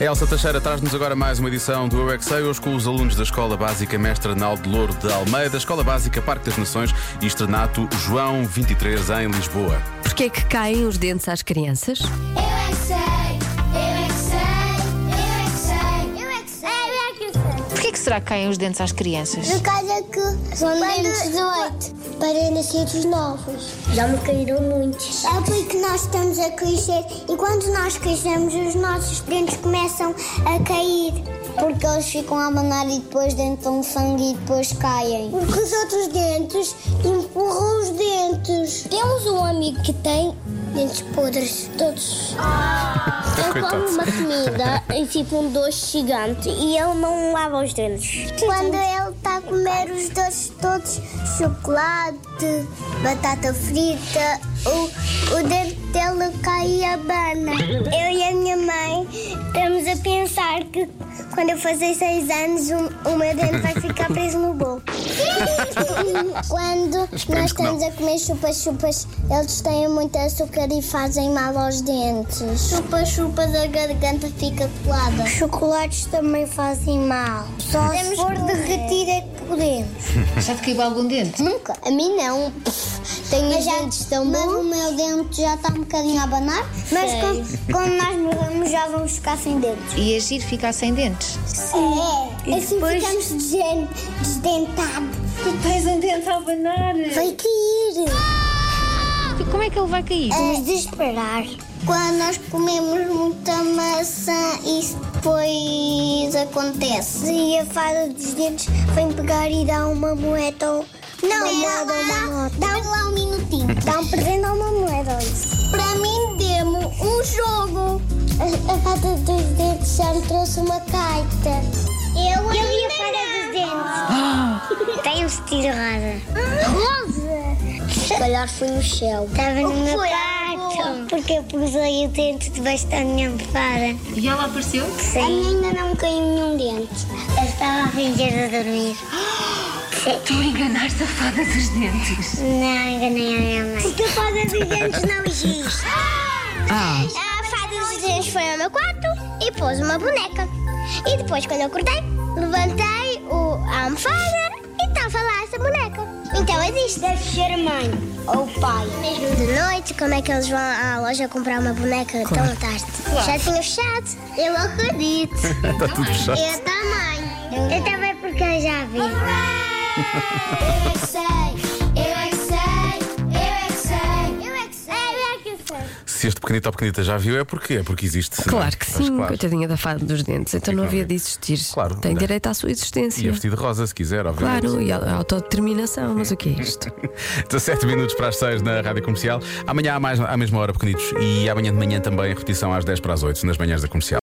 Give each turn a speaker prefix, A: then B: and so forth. A: A Elsa Teixeira traz-nos agora mais uma edição do Eu é Que Sei, hoje com os alunos da Escola Básica Mestre Naldo Louro de Almeida, Escola Básica Parque das Nações e Estrenato João 23 em Lisboa.
B: Porquê é que caem os dentes às crianças?
C: Eu é que sei, eu é que sei, eu é que sei, eu é que sei, eu é que sei.
D: Porquê que será que caem os dentes às crianças?
C: Por causa que são dentes de oito para nascidos novos. Já me caíram muitos. É porque nós estamos a crescer e quando nós crescemos os nossos dentes começam a cair. Porque eles ficam a manar e depois dentam sangue e depois caem. Porque os outros dentes empurram os dentes. Temos um amigo que tem dentes podres, todos. Eu
A: Coitado.
C: como uma comida em tipo um doce gigante e ele não lava os dentes. Quando ele está a comer os doces todos, chocolate, batata frita, o, o dente dele cai e abana. Eu e a minha mãe estamos a pensar que quando eu fazer seis anos o, o meu dente vai ficar preso no bolo. quando
A: Esperemos
C: nós
A: que não.
C: estamos a comer chupas-chupas, eles têm muito açúcar e fazem mal aos dentes. Chupa-chupa da garganta fica colada. Chocolates também fazem mal. Só Podemos se for derretir é que podemos.
D: Já te caiu algum dente?
C: Nunca. A mim não. Tenho os dentes tão mas o meu dente já está um bocadinho a abanar. Mas quando, quando nós morremos já vamos ficar sem dentes.
D: E agir ficar sem dentes?
C: Sim. É, assim ficamos desden- desdentados.
D: Tu tens um dente a abanar.
C: Vai cair.
D: Como é que ele vai cair?
C: Vamos desesperar. Quando nós comemos muita maçã, isso depois acontece. E a fada dos dentes vem pegar e dá uma moeda ou. Não, uma moeda, lá, dá lá um minutinho. Dá um presente ou uma moeda. Para mim, demo um jogo. A, a fada dos dentes já me trouxe uma carta. Eu, Eu e a fada dos dentes. Tem um vestido Hum? rosa. Rosa? Se calhar foi no céu. Estava no meu quarto. Porque eu pusei o dente debaixo da minha fada.
D: E ela apareceu?
C: A minha ainda não caiu nenhum dente. Eu estava a fingir a dormir.
D: Tu enganaste a fada dos dentes.
C: Não, enganei a minha mãe. Ah! Porque a fada dos dentes não existe. A fada dos dentes foi ao meu quarto e pôs uma boneca. E depois, quando eu acordei, levantei o, a almofada e estava lá essa boneca. Então existe. Deve ser a mãe ou o pai. Mesmo de noite, como é que eles vão à loja comprar uma boneca tão tarde? Já tinha fechado. Eu acredito.
A: Está Tá tudo fechado.
C: Eu também. Eu também porque eu já vi. Eu é que sei, eu é que sei, eu é que sei, eu é que sei, eu é que sei.
A: Se este pequenito ou pequenita já viu, é porque é porque existe.
B: Claro que
A: Mas
B: sim,
A: claro.
B: coitadinha da fada dos dentes. Então não havia de existir.
A: Claro,
B: Tem
A: não.
B: direito à sua
A: E a
B: existência.
A: vestido de rosa, se quiser, obviamente.
B: Claro, e a autodeterminação, mas o que é isto?
A: 17 minutos para as 6 na Rádio Comercial. Amanhã há mais, à mesma hora, pequenitos. E amanhã de manhã também, repetição às 10 para as 8, nas manhãs da Comercial.